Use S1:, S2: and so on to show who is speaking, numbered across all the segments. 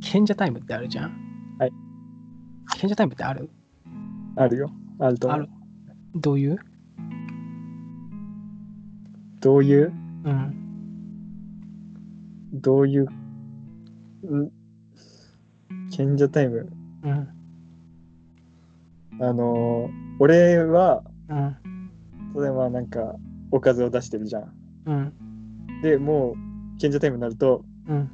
S1: 賢者タイムってあるじゃん
S2: はい。
S1: 賢者タイムってある
S2: あるよ。あると思
S1: あ
S2: う
S1: る。どういう
S2: どういう、
S1: うん。
S2: どういう、うん賢者タイム。
S1: うん。
S2: あのー俺は、
S1: うん。
S2: 例えばなんか、おかずを出してるじゃん。
S1: うん。
S2: で、もう、賢者タイムになると、
S1: うん。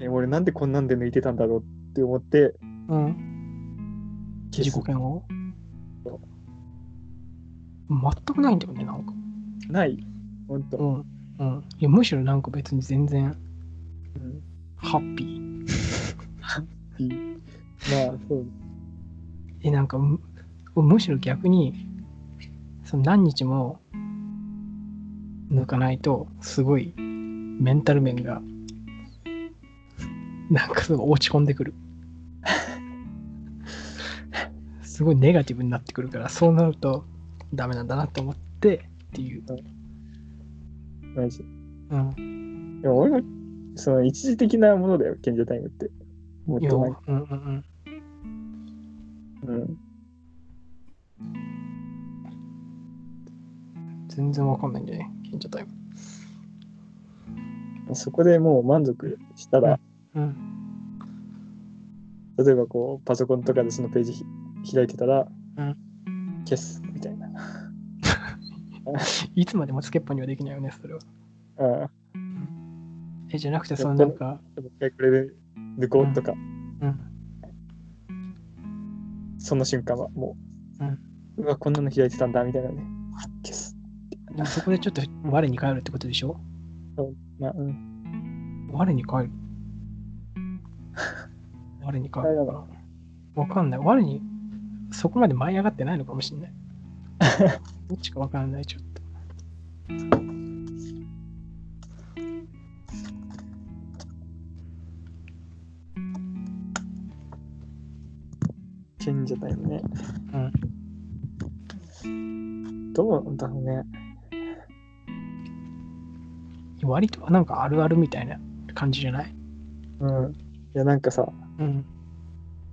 S2: え、俺なんでこんなんで抜いてたんだろうって思って、
S1: うん。
S2: 消
S1: 自
S2: す
S1: 己嫌悪
S2: そう
S1: 全くないんだよね、なんか。
S2: ない。ほんと。
S1: うん。うん。いや、むしろなんか別に全然
S2: うん
S1: ハッピー。
S2: いいまあ、そう。
S1: え、なんかむ、むしろ逆に、その何日も抜かないと、すごいメンタル面が、なんかすごい落ち込んでくる。 すごいネガティブになってくるから、そうなるとダメなんだなと思ってっていう。
S2: マジ。
S1: うん。
S2: でも俺も、その一時的なものだよ、賢者タイムって。もっ
S1: いや
S2: と
S1: う
S2: なん
S1: ん
S2: か、
S1: うんうん。
S2: うん。
S1: 全然わかんないんじゃない賢者タイム。
S2: そこでもう満足したら、
S1: うん。
S2: 例えばこう、パソコンとかでそのページひ開いてたら、
S1: うん
S2: 消すみたいな。
S1: いつまでもつけっぱにはできないよね、それは。
S2: ああ、
S1: え、じゃなくて、そのなんか、
S2: もう一回これで抜こうとか、
S1: うん。
S2: その瞬間はもう、
S1: うん
S2: うわ、こんなの開いてたんだみたいなね。消す。
S1: でもそこでちょっと我に返るってことでしょ
S2: まあ、うん。
S1: 我に返る。我に返
S2: あれ
S1: る
S2: だ
S1: のかな。わかんない。我に、そこまで舞い上がってないのかもしれない。どっちかわかんない、ちょっと。
S2: 賢者タイムね。
S1: うん。
S2: どうだろうね。
S1: 割となんかあるあるみたいな感じじゃない
S2: うん。いや、なんかさ、
S1: うん。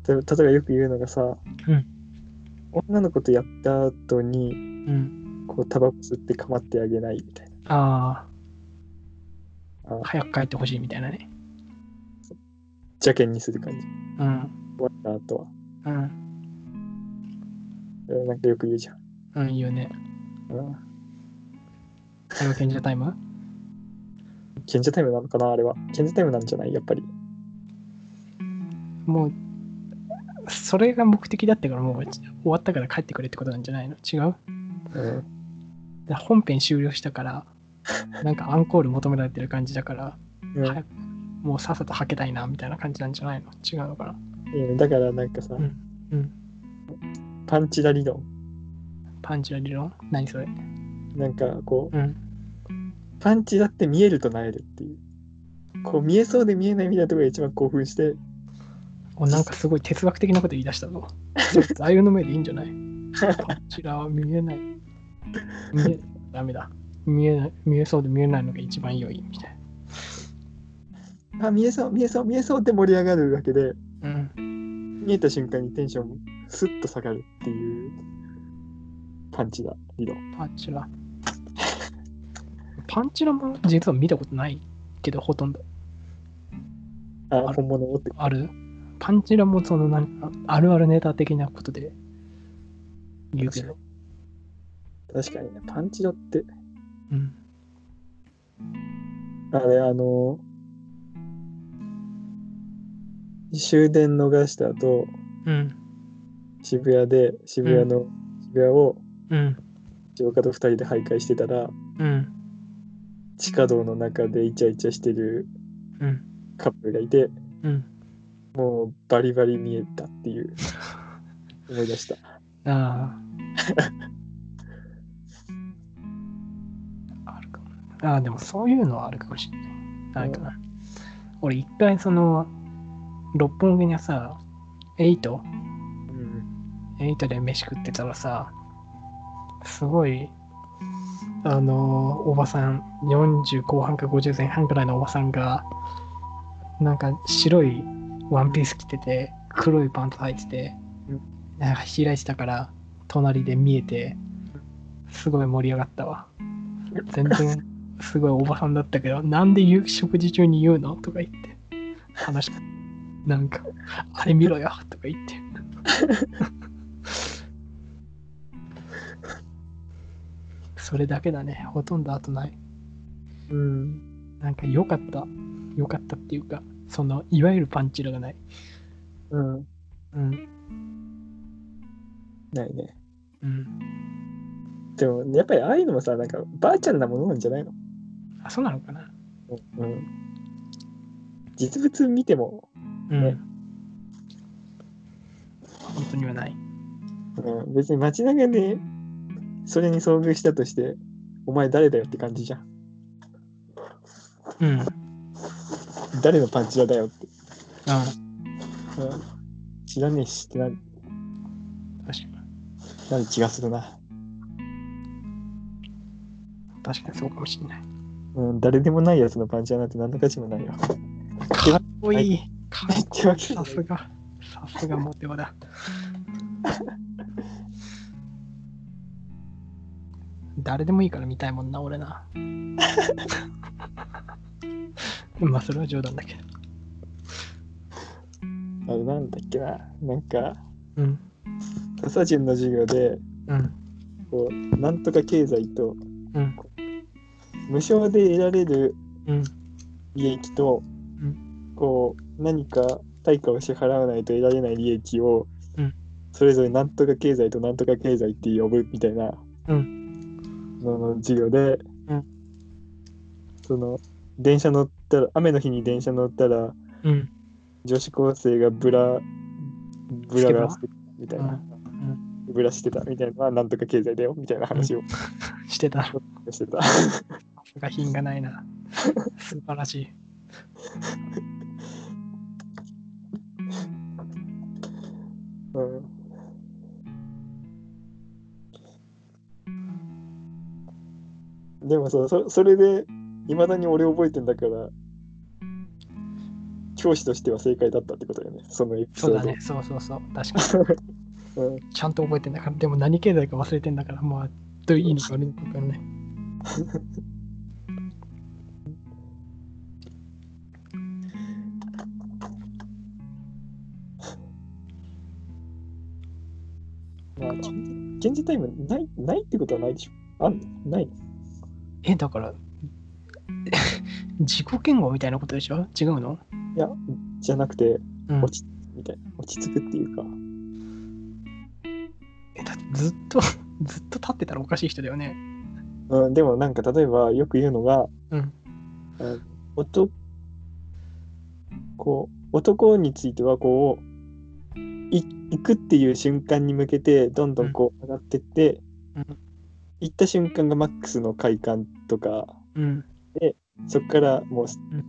S2: 例えば例えばよく言うのがさ、
S1: うん
S2: 女の子とやった後に、
S1: うん。
S2: こう、タバコ吸って構ってあげないみたいな。
S1: あ
S2: あ
S1: あ、早く帰ってほしいみたいなね。
S2: 邪険にする感じ。
S1: うん。
S2: 終わった後は。
S1: うん。
S2: えーなんかよく言うじゃん。
S1: うん、いいよね。
S2: うん。
S1: これは賢者タイム
S2: 賢者タイムなのかなあれは。賢者タイムなんじゃないやっぱり。
S1: もう、それが目的だったからもう終わったから帰ってくれってことなんじゃないの違う
S2: うん。
S1: で本編終了したから、なんかアンコール求められてる感じだから、
S2: うん
S1: 早くもうさっさとはけたいなみたいな感じなんじゃないの違うのかな
S2: うんだからなんかさ、
S1: うんうん
S2: パンチラ理論。
S1: パンチラ理論何それ
S2: なんかこう、
S1: うん。
S2: パンチだって見えるとなえるっていう。こう見えそうで見えないみたいなところが一番興奮して、
S1: おなんかすごい哲学的なこと言い出したぞ。座右の銘でいいんじゃないパンチラは見えない。見えダメだ。見えない見えそうで見えないのが一番良いみたい
S2: あ、見えそう、見えそう、見えそうって盛り上がるわけで、
S1: な。うん。
S2: 見えた瞬間にテンションスッと下がるっていうパンチラ理論。
S1: パンチラ。パンチラも実は見たことないけど、ほとんど。
S2: あ、
S1: あ
S2: 本物をって。
S1: あるパンチラもそのなんかあるあるネタ的なことで言うけど、
S2: 確かにね、パンチラって、
S1: うん、
S2: あれ、あの、終電逃した後、
S1: うん、
S2: 渋谷で、渋谷の、渋谷を
S1: うん、
S2: 城下と二人で徘徊してたら、
S1: うん、
S2: 地下道の中でイチャイチャしてる
S1: うん、
S2: カップルがいて、
S1: うん。
S2: もうバリバリ見えたって いう、思い出した。
S1: あ あ。あるかも。ああ、でもそういうのはあるかもしれない。あるかな。俺一回その、六本木にさ、エイト
S2: うん。
S1: エイトで飯食ってたらさ、すごい、あのーおばさん、40後半か50前半ぐらいのおばさんが、なんか白いワンピース着てて、黒いパンツ履いてて
S2: うん、
S1: なんか開いてたから、隣で見えて、すごい盛り上がったわ。全然、すごいおばさんだったけど、なんで言う食事中に言うのとか言って、話しなんか、あれ見ろよとか言って。それだけだね。ほとんどあとない。
S2: うん。
S1: なんか良かった。良かったっていうか、その、いわゆるパンチラがない。
S2: うん。
S1: うん。
S2: ないね。
S1: うん。
S2: でも、やっぱりああいうのもさ、なんか、ばあちゃんなものなんじゃないの
S1: あ、そうなのかな。
S2: うん。実物見ても、
S1: うん。
S2: ね
S1: 本当にはない。
S2: うん、別に街中で、それに遭遇したとして、お前誰だよって感じじゃん。
S1: うん。うん。
S2: 誰のパンチラだよって。うん。知らねえしってなる
S1: 確かに。
S2: なる気がするな。
S1: 確かにそうかもしれない。
S2: うん、誰でもないやつのパンチラなんて何の価値もないよ。
S1: かっこいい。か
S2: ない
S1: っ
S2: っ
S1: こ
S2: てわ
S1: い
S2: け
S1: い。さすが。さすがモテオだ。誰でもいいから見たいもんな、俺 な。まあ、それは冗談だけど。
S2: あれなんだっけな。なんか、
S1: うん。
S2: 土佐人の授業で、
S1: うん。
S2: こう、なんとか経済と、
S1: うん。
S2: 無償で得られる
S1: うん。
S2: 利益と、
S1: う
S2: こう何か対価を支払わないと得られない利益を、
S1: うん
S2: それぞれなんとか経済となんとか経済って呼ぶみたいな
S1: う
S2: のの授業で、
S1: うん
S2: その電車乗ったら雨の日に電車乗ったら
S1: うん。
S2: 女子高生がブラブラが
S1: つ
S2: してたみたいな、ブラしてたみたいなのはなんとか経済だよみたいな話を
S1: してた。さ
S2: してた。
S1: すが品がないな。素晴らしい。
S2: うんでもさそそれでいまだに俺覚えてんだから教師としては正解だったってことよねそのエピソ
S1: そう
S2: ード
S1: だね。そうそうそう。確か
S2: うん
S1: に。ちゃんと覚えてんだから。でも何経済か忘れてんだから、まあ、どういいのか悪いのか分かんない。
S2: まあ、現現時タイムないないってことはないでしょあんのない
S1: え、だから、自己嫌悪みたいなことでしょ違うの
S2: いやじゃなくて
S1: うん
S2: 落。ちみたいな落ち着くっていうか
S1: え、だってずっと、ずっと立ってたらおかしい人だよね。
S2: うん、でもなんか例えばよく言うのが、
S1: うん
S2: あの男こう男についてはこうい行くっていう瞬間に向けてどんどんこう上がってって、
S1: うん
S2: 行った瞬間がマックスの快感とか
S1: うん。
S2: そっからもう、
S1: ん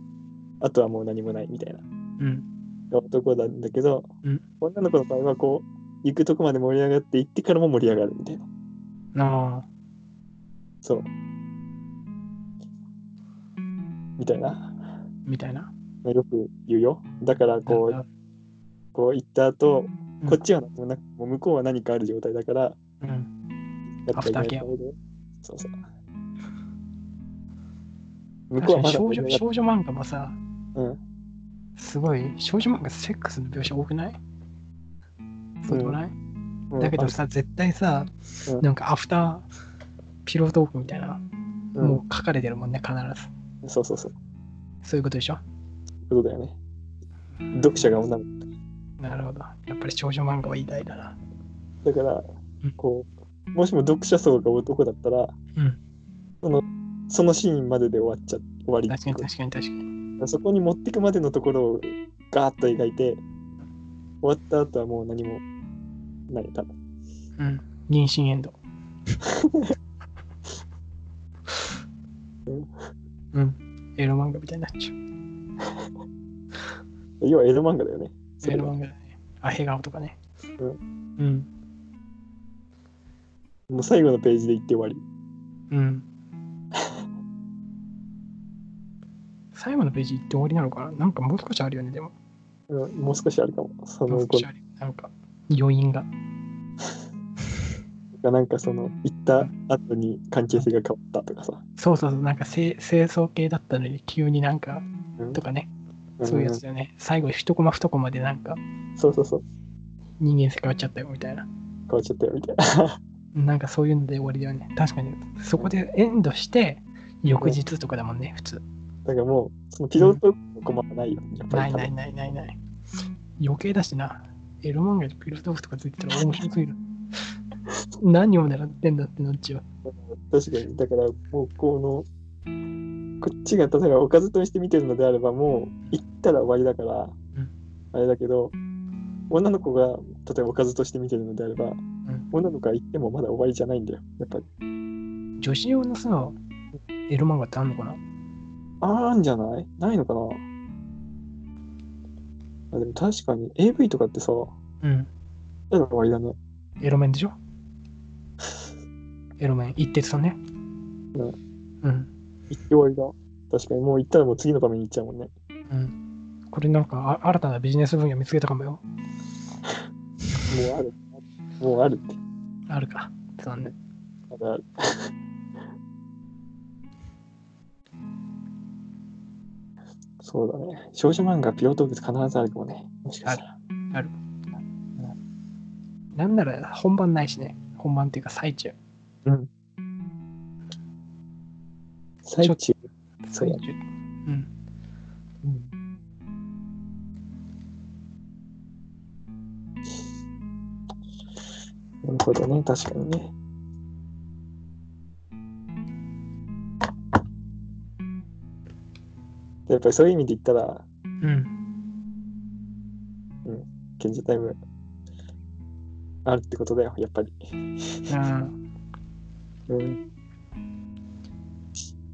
S2: あとはもう何もないみたいな
S1: うん。
S2: 男なんだけど、
S1: うん
S2: 女の子の場合はこう行くとこまで盛り上がって行ってからも盛り上がるみたいな
S1: なあ。
S2: そうみたいな。
S1: みたいな。
S2: よく言うよ。だからこう、こう行った後、
S1: うん
S2: こっちは何もなく、もう向こうは何かある状態だから、や
S1: うん。
S2: っぱり
S1: アフターケア
S2: そうそう。向
S1: 確
S2: こ
S1: かに
S2: うはまだ
S1: 少女少女漫画もさ、
S2: うん
S1: すごい、少女漫画セックスの描写多くないそうでもない、
S2: うん
S1: だけど、さ、絶対さ、
S2: うん
S1: なんかアフターピロートークみたいな、
S2: うん
S1: もう書かれてるもんね、必ず。
S2: そうそうそう。
S1: そういうことでしょ
S2: そういうことだよね。読者が女の
S1: なるほど。やっぱり少女漫画は偉大だな。
S2: 子。だから
S1: うん、
S2: こう、もしも読者層が男だったら、
S1: うん
S2: そのそのシーンまでで終わっちゃ終わり
S1: 確かに確かに確かに。
S2: そこに持ってくまでのところをガーッと描いて、終わった後はもう何もない、多分。
S1: うん。妊娠エンド。うん。エロ漫画みたいになっちゃう。
S2: 要はエロ漫画だよね。そ
S1: エ
S2: れ
S1: ロ
S2: は
S1: 漫画だね。あ、ヘガオとかね。
S2: う
S1: うん。
S2: もう最後のページで行って終わり。
S1: うん。最後のページ行って終わりなのかななんかもう少しあるよね、でも。
S2: うんもう少しあるかも。そ
S1: も
S2: の
S1: う
S2: 後
S1: 少しありなんか余韻が
S2: がなんかその行った後に関係性が変わったとかさ。
S1: そうそうそうなんか清清掃系だったのに急になんか
S2: うん
S1: とかねそういうやつだよね最後一コマ二コマでなんか
S2: うんそうそうそう。
S1: 人間性変わっちゃったよみたいな
S2: 変わっちゃったよみたいな。
S1: なんかそういうので終わりだよね確かにそこでエンドして翌日とかだもんね普通
S2: だからもう、そのピロートークのコマはないよ。やっぱ
S1: ない
S2: り
S1: ないないないない余計だしなエロ漫画でピルトーフとかついてたら面白すぎる何を狙ってんだってなっちゃう
S2: 確かに。だからもうこの、こっちが例えばおかずとして見てるのであればもう行ったら終わりだから、
S1: ん
S2: あれだけど、女の子が例えばおかずとして見てるのであれば、女の子が行ってもまだ終わりじゃないんだよ。やっぱり。
S1: 女子用のさエロ漫画ってあんのかな
S2: あるんじゃないないのかなあでも確かに AV とかってさ、
S1: うん
S2: やだ終わりだね。
S1: エロメンでしょエロメン一徹さんねうん
S2: 行って終わりだ。確かにもう行ったらもう次のために行っちゃうもんね。
S1: うんこれなんかあ新たなビジネス分野見つけたかもよ
S2: もうある。もうあるって。
S1: あるか残念
S2: あるあ る。そうだね。少女漫画、ピロートークス必ずあるかもね。もしかしたら。
S1: なんなら本番ないしね本番っていうか最中
S2: 最中。そう
S1: 最
S2: や
S1: 中うん
S2: なるほどね。確かにね。やっぱりそういう意味で言ったら、
S1: うん
S2: 賢者タイムあるってことだよ、やっぱり。
S1: うん
S2: うん、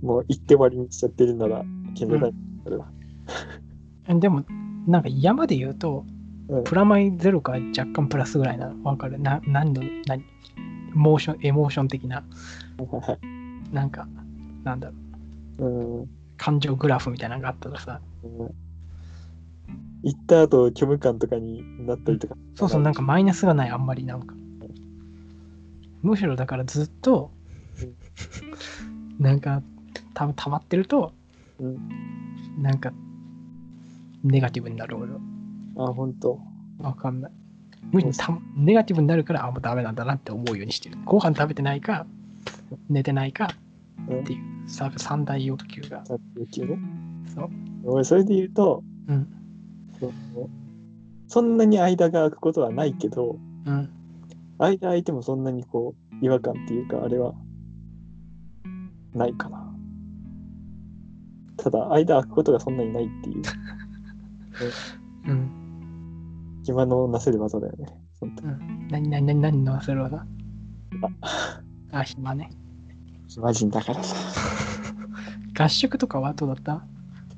S2: もう行って終わりにしちゃってるなら、賢者タイムあるわ。
S1: でもなんか山で言うと
S2: うん
S1: プラマイゼロか若干プラスぐらいなわかるな何の何モーションエモーション的 な
S2: はいはい
S1: なんかなんだろう
S2: うん
S1: 感情グラフみたいなのがあったらさ
S2: うん行った後、虚無感とかになったりとか。
S1: そうそうなんかマイナスがないあんまりなんかむしろだからずっとなんかた溜まってると
S2: うん
S1: なんかネガティブになる俺は
S2: あ、ほんと。
S1: わかんない。むしろたネガティブになるから、あ、もうダメなんだなって思うようにしてる。ご飯食べてないか、寝てないか
S2: うん
S1: っていう、さ三大欲求が。
S2: さっきね。
S1: そう。
S2: 俺、それで言うと、
S1: うん。
S2: そのそんなに間が空くことはないけど、
S1: うん。
S2: 間空いてもそんなにこう、違和感っていうか、あれは、ないかな。ただ、間空くことがそんなにないっていう、
S1: うん。
S2: 暇のなせる技だよね。本当に
S1: 何、何、何、何の忘れ技あ、暇ね。
S2: 暇人だから さ。
S1: 合宿とかはどうだっ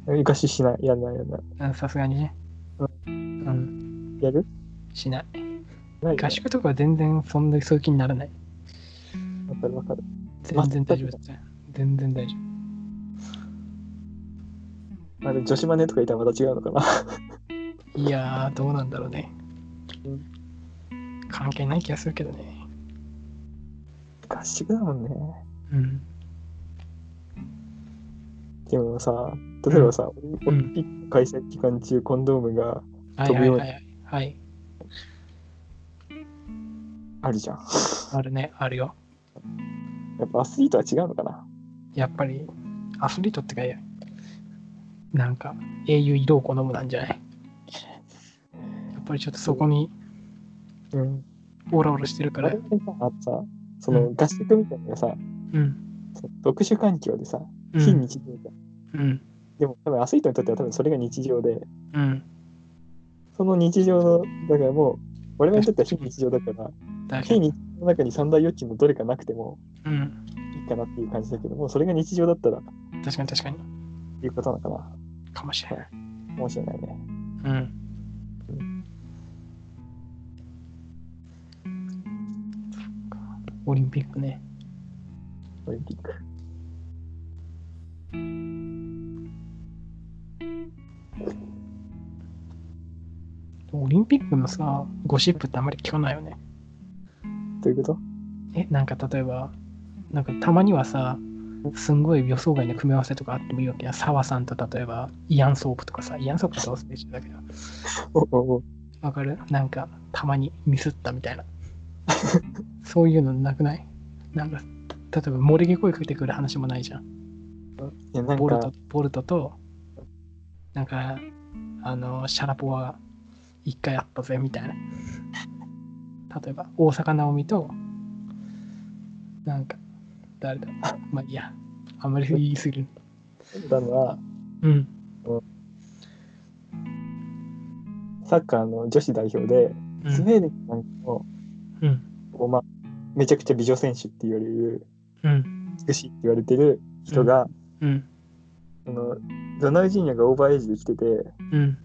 S2: 昔しない、やんない、やんない。
S1: たうんさすがにね。うん。
S2: やる
S1: しない。
S2: ないよね
S1: 合宿とかは全然そんなそういう気にならない。
S2: わかるわかる。
S1: 全然大丈夫です。全然大丈
S2: あれ、女子マネとかいたらまた違うのかな。
S1: 夫。いやー、どうなんだろうね
S2: うん。
S1: 関係ない気がするけどね。
S2: 合宿だもんね。
S1: うん。
S2: でもさ、例えばさ、オリンピック開催期間中、コンドームが
S1: はいはいはいはい。はい、
S2: あるじゃん。
S1: あるね、あるよ。
S2: やっぱアスリートは違うのかな。
S1: やっぱり、アスリートってか、なんか、英雄色を好むなんじゃないやっぱりちょっとそこに
S2: うん。
S1: オラオラしてるか
S2: あ
S1: ら
S2: れ。ってさ、あとさ、その合宿みたいなのがさ、
S1: うん。
S2: その特殊環境でさ、
S1: う
S2: 非
S1: ん。
S2: 日常じゃん。
S1: うん。
S2: でも多分アスリートにとっては多分それが日常で、
S1: うん。
S2: その日常の、だからもう、我々にとっては非日常だから、
S1: だけ
S2: 非
S1: ど、
S2: 日常の中に三大欲求のどれかなくても
S1: うん。
S2: いいかなっていう感じだけども、それが日常だったらって
S1: 確かに確かに。
S2: いうことなのか
S1: かもしれない。
S2: な。かもしれないね。
S1: うん。オリンピックね。
S2: オリンピック。
S1: オリンピックのさ、ゴシップってあんまり聞かないよね。
S2: どういうこと
S1: え、なんか例えば、なんかたまにはさ、すんごい予想外の組み合わせとかあってもいいわけや。澤さんと例えば、イアン・ソープとかさ、イアン・ソープってどうせ一緒だけど、
S2: おおお
S1: わかるなんか、たまにミスったみたいな。 そういうのなくないなんか、例えば、漏れ毛声かけてくる話もないじゃん。
S2: いや、なん
S1: ボル
S2: か
S1: ト、ボルトと、なんか、あの、シャラポワが一回あったぜ、みたいな。例えば、大阪なおみと、なんか、誰だ まあ、いいや、あんまり言いすぎる。
S2: だのは、
S1: うん。
S2: サッカーの女子代表で、
S1: う
S2: スウ
S1: ん。
S2: ェーデンなんかの、
S1: うん。
S2: こうまあ、めちゃくちゃ美女選手って言われる、
S1: うん。
S2: 美しいって言われてる人が、
S1: うん。
S2: そのロナウジーニョがオーバーエイジで来てて、
S1: うん。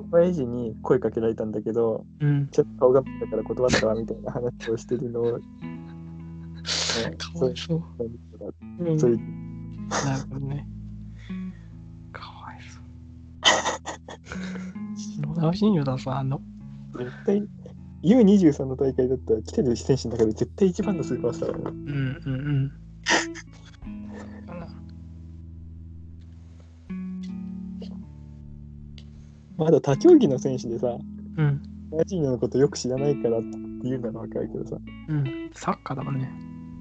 S2: オーバーエイジに声かけられたんだけど、
S1: うん。
S2: ちょっと顔が見えたから断ったわみたいな話をしてる のを、ね
S1: か
S2: そ
S1: わ
S2: う
S1: いそう。
S2: いうそういう
S1: なるほどね。かわい そう。ロナウジーニョだぞ、あの、
S2: 絶対 U23 の大会だったら来てる選手の中で絶対一番のスーパースターだよ
S1: うん うんうん。かな
S2: まだ他競技の選手でさ
S1: うん
S2: アジーニョのことよく知らないからっていうならわかるけどさ
S1: うん。サッカーだもんね。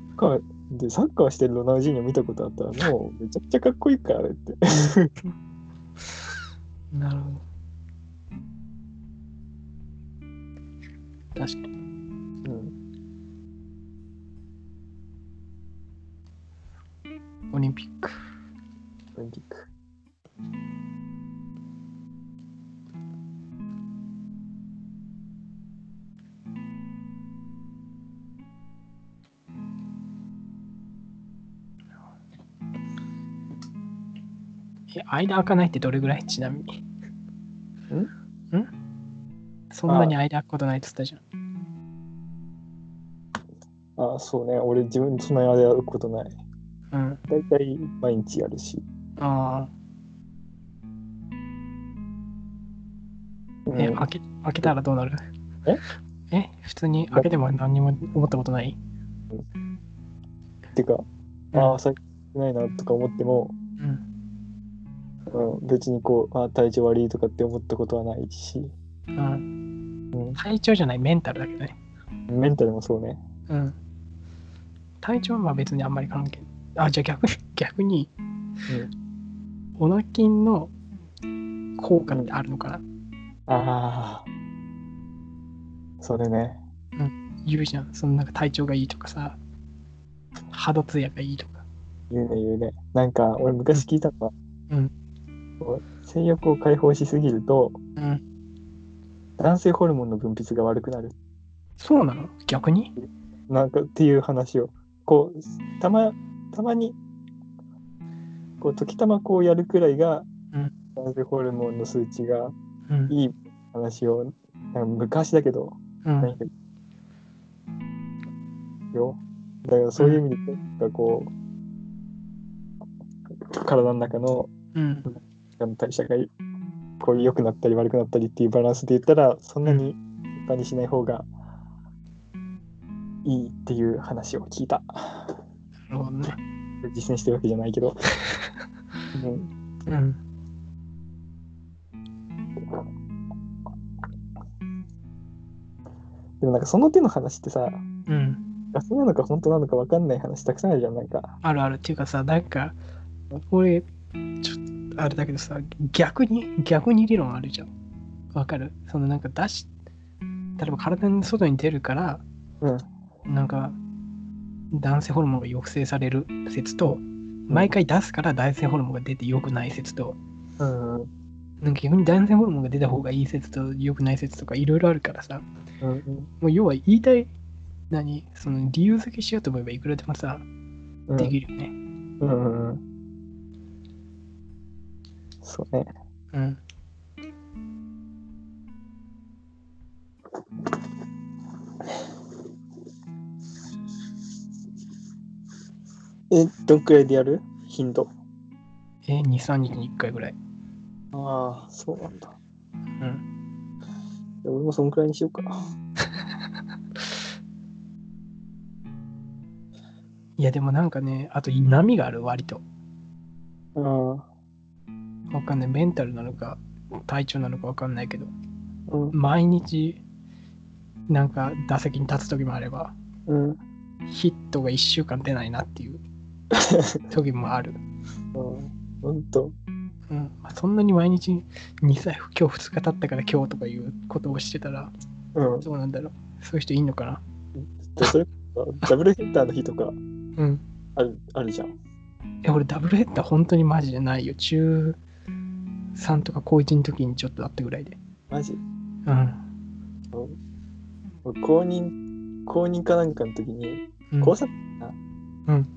S2: サッカーでサッカーしてるロナウジーニョ見たことあったらもうめちゃくちゃかっこいいからあれって
S1: なるほど。確かに。
S2: うん
S1: オリンピック。
S2: オリンピック
S1: え、間開かないってどれぐらいちなみに。 んんそんなに間開くことないって言ったじゃん。
S2: ああそうね俺自分そんなにあれやることない
S1: うん。
S2: 大体毎日やるし、
S1: ああ。え、
S2: うん
S1: 開け、開けたらどうなる
S2: え
S1: え、普通に開けても何にも思ったことない
S2: てかああ最近ないなとか思っても、
S1: うん。
S2: うん、別にこうあー体調悪いとかって思ったことはないし
S1: うん。
S2: うん
S1: 体調じゃない、メンタルだけどね。
S2: メンタルもそうね
S1: うん。体調はまあ別にあんまり関係ない。あ、じゃあ逆 に、逆に、オナキンの効果ってあるのかな、
S2: ああ。それね。
S1: 言うじゃん。そのなんか体調がいいとかさ、肌ツヤがいいとか。
S2: 言うね言うね。なんか、俺昔聞いたのは、
S1: うん
S2: こう性欲を解放しすぎると、
S1: うん。
S2: 男性ホルモンの分泌が悪くなる。
S1: そうなの逆に
S2: なんか、っていう話を。こう、たま、たまに、こう、時たまこうやるくらいが、
S1: うん
S2: 男性ホルモンの数値が
S1: うん。
S2: いい話を、なんか昔だけど、
S1: うん
S2: 何。かよだからそういう意味でなんかこう体の中の
S1: うん。
S2: 代謝がこう良くなったり悪くなったりっていうバランスで言ったらそんなに一般にしない方がいいっていう話を聞いた
S1: なるほどね。
S2: 実践してるわけじゃないけど、うん、
S1: うん。
S2: でもなんかその手の話ってさ
S1: うん。
S2: ガスなのか本当なのか分かんない話たくさんあるじゃんなんか
S1: あるある。っていうかさ、なんか、俺、ちょっとあれだけどさ、逆に、逆に理論あるじゃん。わかるそのなんか出し、例えば体の外に出るから、
S2: うん
S1: なんか男性ホルモンが抑制される説と毎回出すから男性ホルモンが出て良くない説と
S2: うんうん
S1: なんか逆に男性ホルモンが出た方がいい説と良くない説とかいろいろあるからさ
S2: うん
S1: もう要は言いたい何その理由付けしようと思えばいくらでもさ
S2: うん
S1: できるよね
S2: うんうんうんそうね。
S1: うん
S2: え、どんくらいでやる頻度。
S1: え23日に1回ぐらい
S2: ああ、そうなんだ。
S1: うん
S2: で俺もそんくらいにしようかな。
S1: いやでもなんかね、あと波がある割と。
S2: うん。
S1: わかんない。メンタルなのか、体調なのかわかんないけど、
S2: うん。
S1: 毎日、なんか打席に立つ時もあれば、
S2: うん。うん
S1: ヒットが1週間出ないなっていう時もある。
S2: ほんと。
S1: うんまあ、そんなに毎日2歳、今日2日経ったから今日とかいうことをしてたら、
S2: うん。
S1: どうなんだろう。そういう人いんのかな。
S2: でそれダブルヘッダーの日とか
S1: うん。
S2: あるあるじゃん。
S1: え、俺ダブルヘッダー本当にマジでないよ。中3とか高1の時にちょっとあったぐらいで。
S2: マジ
S1: うん。
S2: 俺公認、公認かなんかの時に、
S1: うん、
S2: 高3かな。
S1: うん。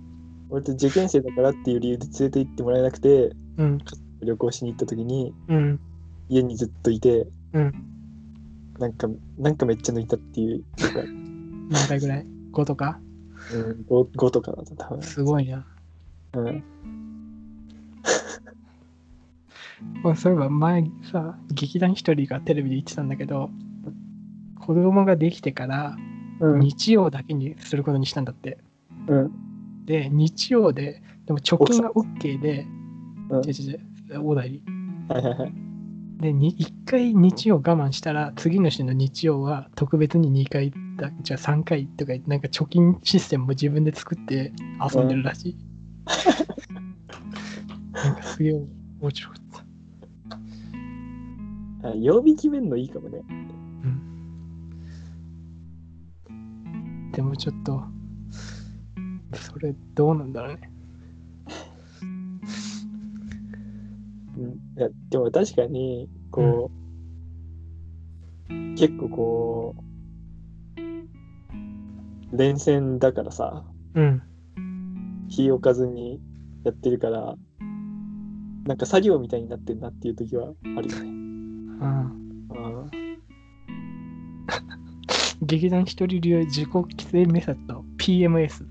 S2: 俺と受験生だからっていう理由で連れて行ってもらえなくて、
S1: うん。
S2: 旅行しに行った時に、
S1: うん。
S2: 家にずっといて、
S1: うん。
S2: なんか、なんかめっちゃ抜いたっていう、なんか、
S1: 何回ぐらい ?5 とか
S2: うん、5, 5とかだった、多分。
S1: すごいな。
S2: うん。
S1: 俺そういえば前さ、劇団一人がテレビで言ってたんだけど、子供ができてから
S2: うん。
S1: 日曜だけにすることにしたんだって。
S2: うん。
S1: で、日曜で、でも貯金が OK で、
S2: うん
S1: 違う違う違う、大台に
S2: はいはいはい。
S1: で、に一回日曜我慢したら、次の週の日曜は特別に2回だ、じゃあ3回とか、なんか貯金システムも自分で作って遊んでるらしい。なんかすげえ面白かった。
S2: あ曜日決めるのいいかもね。
S1: でもちょっと、それどうなんだろうね。
S2: うん、いやでも確かにこう、結構こう連戦だからさ
S1: うん。
S2: 日置かずにやってるからなんか作業みたいになってんなっていう時はあるよね。
S1: うん、
S2: うん
S1: 劇団一人流自己規制メソッド PMS、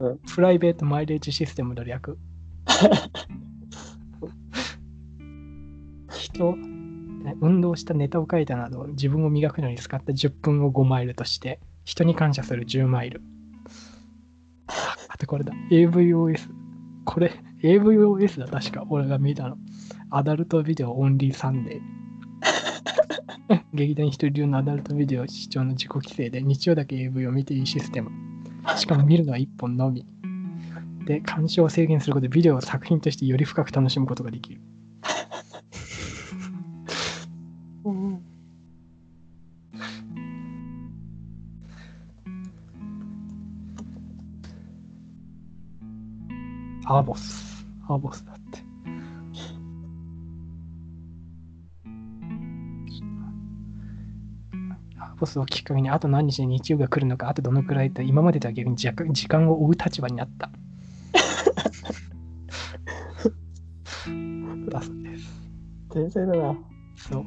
S2: うん
S1: プライベートマイレージシステムの 略人ね運動したネタを書いたなど自分を磨くのに使った10分を5マイルとして人に感謝する10マイ ルああとこれだ AVOS これ AVOS だ確か俺が見たのアダルトビデオオンリーサンデー劇団一人流のアダルトビデオ視聴の自己規制で日曜だけ AV を見ていいシステムしかも見るのは1本のみで鑑賞を制限することでビデオを作品としてより深く楽しむことができるアーボスアーボスだってアーボスをきっかけにあと何日で日曜が来るのかあとどのくらいと今までとは逆に若干時間を追う立場になった だそうです
S2: 天才だな。
S1: そう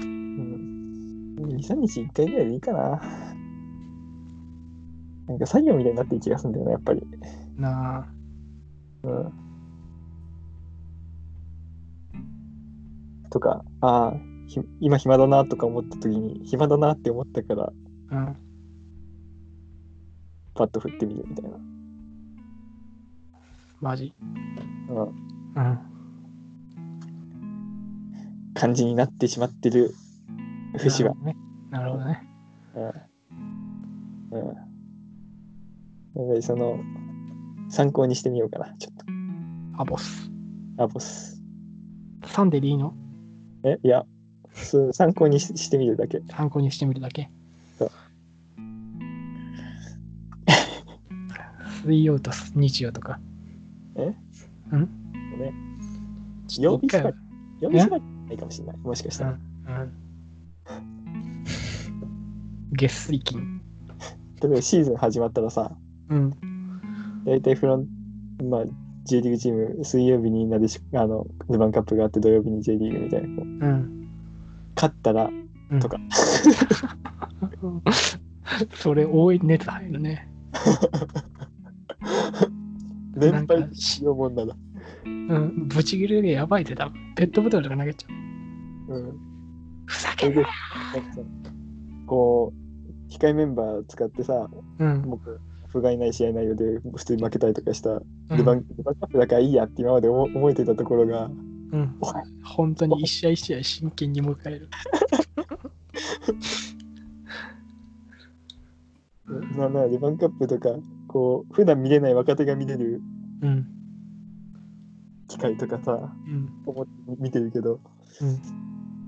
S2: うん、2、3日1回ぐらいでいいかな。なんか作業みたいになってる気がするんだよね、やっぱり。
S1: なあ
S2: うんとか、ああ、ひ今暇だなとか思った時に、暇だなって思ったから、
S1: うん
S2: パッと振ってみるみたいな。
S1: マジ
S2: うん、
S1: うん
S2: 感じになってしまってる節は。
S1: なるほどね
S2: うん。うん。やっぱりその、参考にしてみようかな、ちょっ
S1: アボス
S2: と。あ、ボス。
S1: サンデーでいいの
S2: え、いや、そう参考にししてみるだけ。
S1: 参考にしてみるだけ
S2: そう
S1: 水曜と日曜とか
S2: ね、
S1: ちょっと一回は
S2: 読みしかないかもしれない。もしかしたら。
S1: うんうん月水金
S2: 例えばシーズン始まったらさ、
S1: うん
S2: 大体フロン、まあ、J リーグチーム、水曜日になでしあのルヴァンカップがあって、土曜日に J リーグみたいな、こ
S1: う
S2: う
S1: ん
S2: 勝ったら、
S1: うん
S2: とか
S1: それ多い熱入るね
S2: 年配にしようもんなら。
S1: うん、ぶち切れがやばいって多分ペットボトルとか投げちゃう。
S2: うん。
S1: ふざ
S2: そ
S1: け
S2: れ
S1: ん
S2: で、
S1: な
S2: なんかさこう、控えメンバー使ってさ、
S1: うん。
S2: 僕、不甲斐ない試合内容で普通に負けたりとかした、
S1: う
S2: ルヴァ
S1: ん
S2: ンルヴァンカップだからいいやって今まで思思えてたところが、
S1: うん。本当に一試合一試合真剣に迎える。
S2: なんならルヴァンカップとか、こう、普段見れない若手が見れる
S1: うん。
S2: 機会とかさ、
S1: うん。
S2: 思って見てるけど、
S1: うん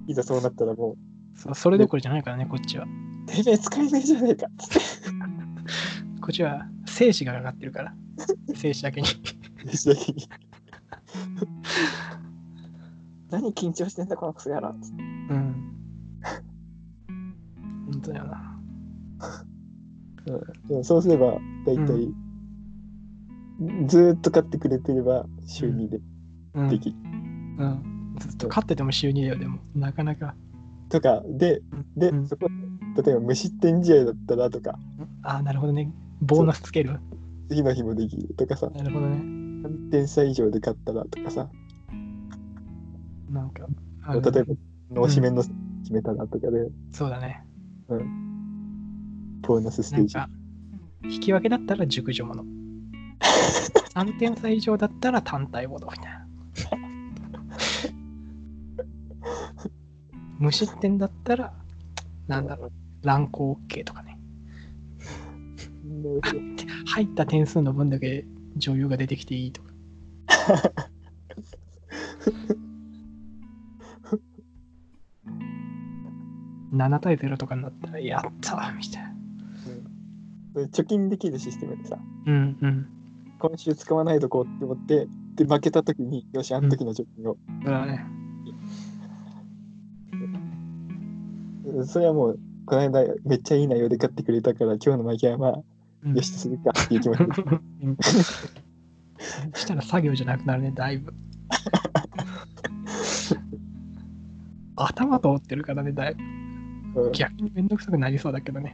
S2: いざそうなったらも
S1: そうそれどころじゃないからね、こっちは。
S2: う、てめえ使えないじゃねえかっつって
S1: こっちは精子がかかってる から。精子だけに。
S2: 試合に。何緊張してんだこのクソやらっつって
S1: うん。本当だよな。
S2: でもそうすれば大体、ずーっと勝ってくれてれば週2で
S1: うん。
S2: できる、
S1: うん。ずっと勝ってても週2だよ、でも。なかなか。
S2: とかでで、
S1: うん
S2: そこ例えば無失点試合だったらとか
S1: ああ、なるほどね。ボーナスつける。
S2: 次の日もできるとかさ
S1: なるほどね。
S2: 3点差以上で勝ったらとかさ
S1: なんか。あ
S2: 例え
S1: の
S2: ば脳紙面の決めたらとかで、
S1: そうだね。
S2: ボーナスステ
S1: な
S2: ー
S1: ん
S2: ジ
S1: か、引き分けだったら熟 女もの。3点差以上だったら単体ものみたいな。無失点だったら、なんだろう、乱行 OK とかね。
S2: なるほど
S1: 入った点数の分だけ女優が出てきていい とか。7対0とかになったら、やったーみたいな。
S2: それ貯金できるシステムでさ
S1: うんうん。
S2: 今週使わないとこうって思ってで負けた時によしあの時の貯金を、
S1: そうだね。
S2: それはもうこの間めっちゃいい内容で勝ってくれたから今日の負けはまあ
S1: うん
S2: よしとするかっていう気持ちで
S1: そしたら作業じゃなくなるね、だい ぶ。頭通ってるからね、だいぶ。
S2: うん
S1: 逆にめんどくさくなりそうだけどね。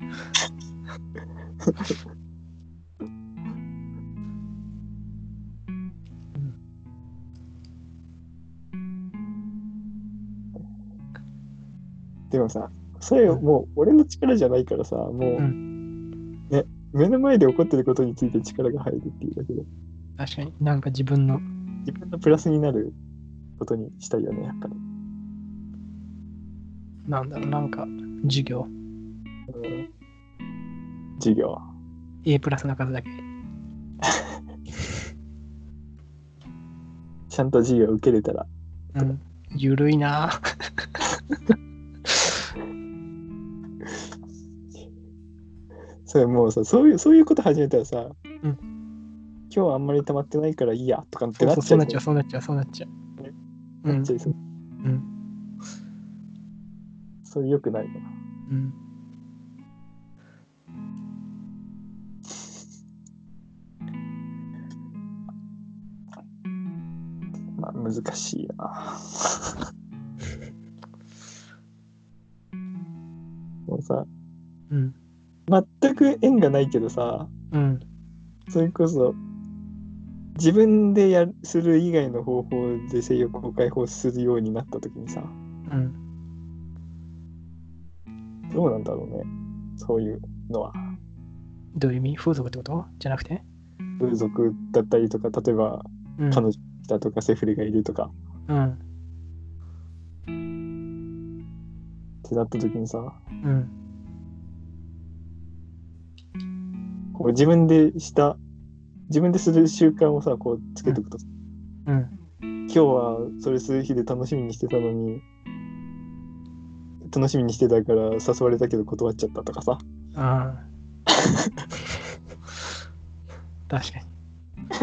S2: でもさそれもう俺の力じゃないからさもう、
S1: う
S2: ね目の前で起こってることについて力が入るっていうだけで
S1: 確かになんか自分の。
S2: 自分のプラスになることにしたいよねやっぱり
S1: なんだろう、なんか、授業、
S2: 授業
S1: A プラスの数だけ。
S2: ちゃんと授業受けれたら
S1: うん。ゆるいなぁ。
S2: それもうさそういうそういうこと始めたらさ、
S1: うん
S2: 今日あんまり溜まってないからいいやとかって
S1: そう
S2: なっ
S1: そう
S2: ち
S1: そう
S2: ゃう
S1: なっちゃう、そうなっちゃう、そうなっちゃう。う
S2: なっ
S1: ん
S2: ち。ゃいそう
S1: うん。
S2: それよくないよな
S1: うん。
S2: まあ難しい なもうさ
S1: うん。
S2: 全く縁がないけどさ
S1: うん。
S2: それこそ自分でやるする以外の方法で性欲を解放するようになった時にさ
S1: うん。
S2: どうなんだろうねそういうのは
S1: どういう意味風俗ってことじゃなくて
S2: 風俗だったりとか例えば
S1: うん。
S2: 彼女だとかセフレがいるとか
S1: うん。
S2: ってなった時にさ
S1: うん。
S2: こう自分でした自分でする習慣をさこうつけておくと、
S1: うん。
S2: 今日はそれする日で楽しみにしてたのに楽しみにしてたから誘われたけど断っちゃったとかさ
S1: ああ。確か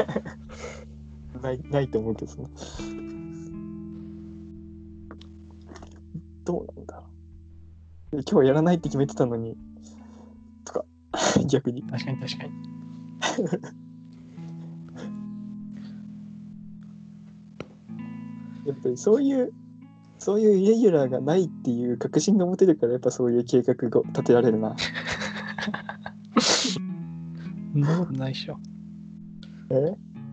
S1: に。
S2: ないないと思うけどさどうなんだろう今日はやらないって決めてたのにとか 逆に
S1: 確かに確かに。
S2: やっぱりそういうそういうイレギュラーがないっていう確信が持てるからやっぱそういう計画が立てられるな
S1: そんなことないっしょ。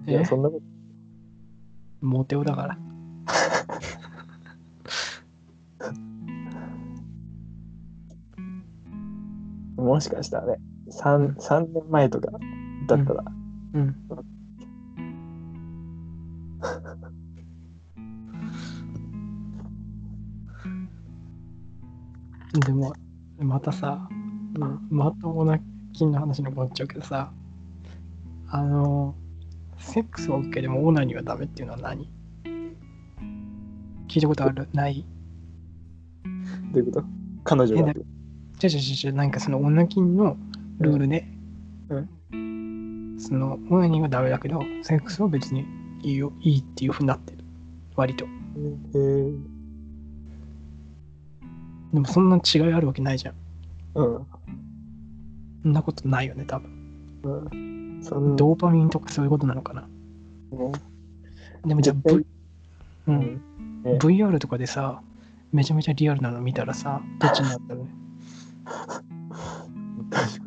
S2: えいや、
S1: え
S2: そんなこと。
S1: モテ男だから。
S2: もしかしたらね、3, 3年前とかだったら、
S1: うん。でも、またさ、まともな金の話に戻っちゃうけどさ、あの、セックスは OK でもオーナーにはダメっていうのは何聞いたことあるない
S2: どういうこと彼女が。
S1: じゃじゃじゃじゃなんかその女金のルールで、そのオナニーはダメだけどセックスは別にいいよいいっていうふうになってる割と
S2: へえ。
S1: でもそんな違いあるわけないじゃん
S2: うん。
S1: そんなことないよね多分
S2: うん。そんな
S1: ドーパミンとかそういうことなのかな
S2: ね。
S1: でもじゃあ、v う、
S2: うんんね
S1: VR とかでさめちゃめちゃリアルなの見たらさどっちになったのね
S2: 確か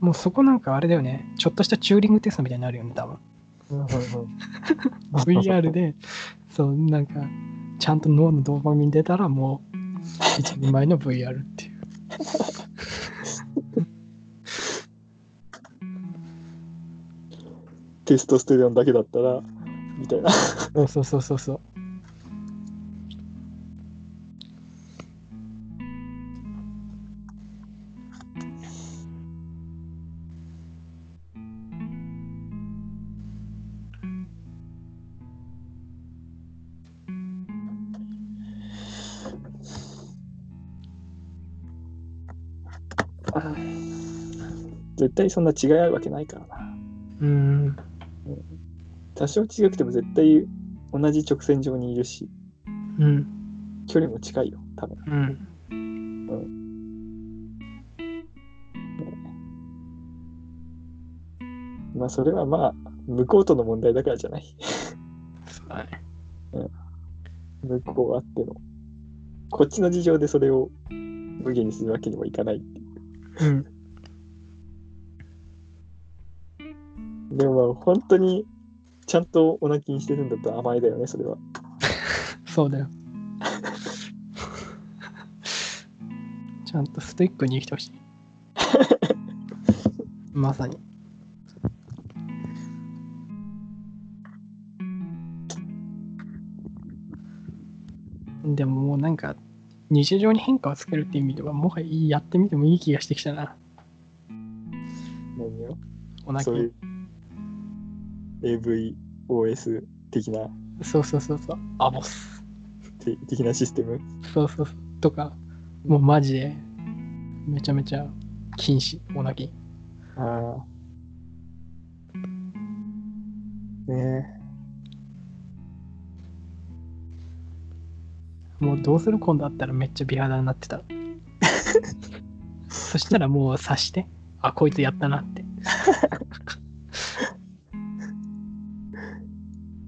S1: もうそこなんかあれだよねちょっとしたチューリングテストみたいになるよね多分
S2: に。
S1: VR で、そう、なんか、ちゃんと脳のドーパミン出たら、もう、一人前の VR っていう。
S2: テストステロンだけだったら、みたいな。
S1: そうそうそうそうそう。
S2: 絶対そんな違いあるわけないからな。
S1: うーん、
S2: 多少違くても絶対同じ直線上にいるし、
S1: うん、
S2: 距離も近いよ、多分。
S1: うん。
S2: まあ、それはまあ、向こうとの問題だからじゃない。
S1: そうだね。
S2: 向こうあっての。こっちの事情でそれを無限にするわけにもいかない。
S1: うん、
S2: でもまあ、本当に、ちゃんとおなきにしてるんだったら甘えだよね、それは。
S1: そうだよ。ちゃんとストイックに生きてほしい。まさに。でももうなんか日常に変化をつけるっていう意味ではもはややってみてもいい気がしてきたな。
S2: 何よ。
S1: おなき
S2: そういう AVOS 的な、
S1: そうそうそうそう。アボス。
S2: て的なシステム。
S1: そうそうそう。とか、もうマジでめちゃめちゃ禁止、おなき。
S2: ああ。ねえ。
S1: もうどうする今度あったらめっちゃ美肌になってた。そしたらもう察して、あ、こいつやったなって。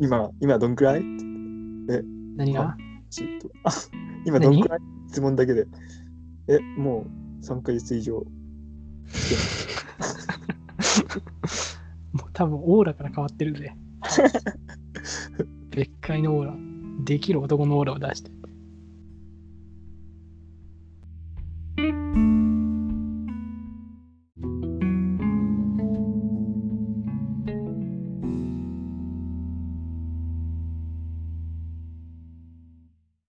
S2: 今、今どんくらい
S1: 何が
S2: ちょっと あ今どんくらい質問だけで。え、もう3ヶ月以上。
S1: もう多分オーラから変わってるぜ。別界のオーラ。できる男のオーラを出して。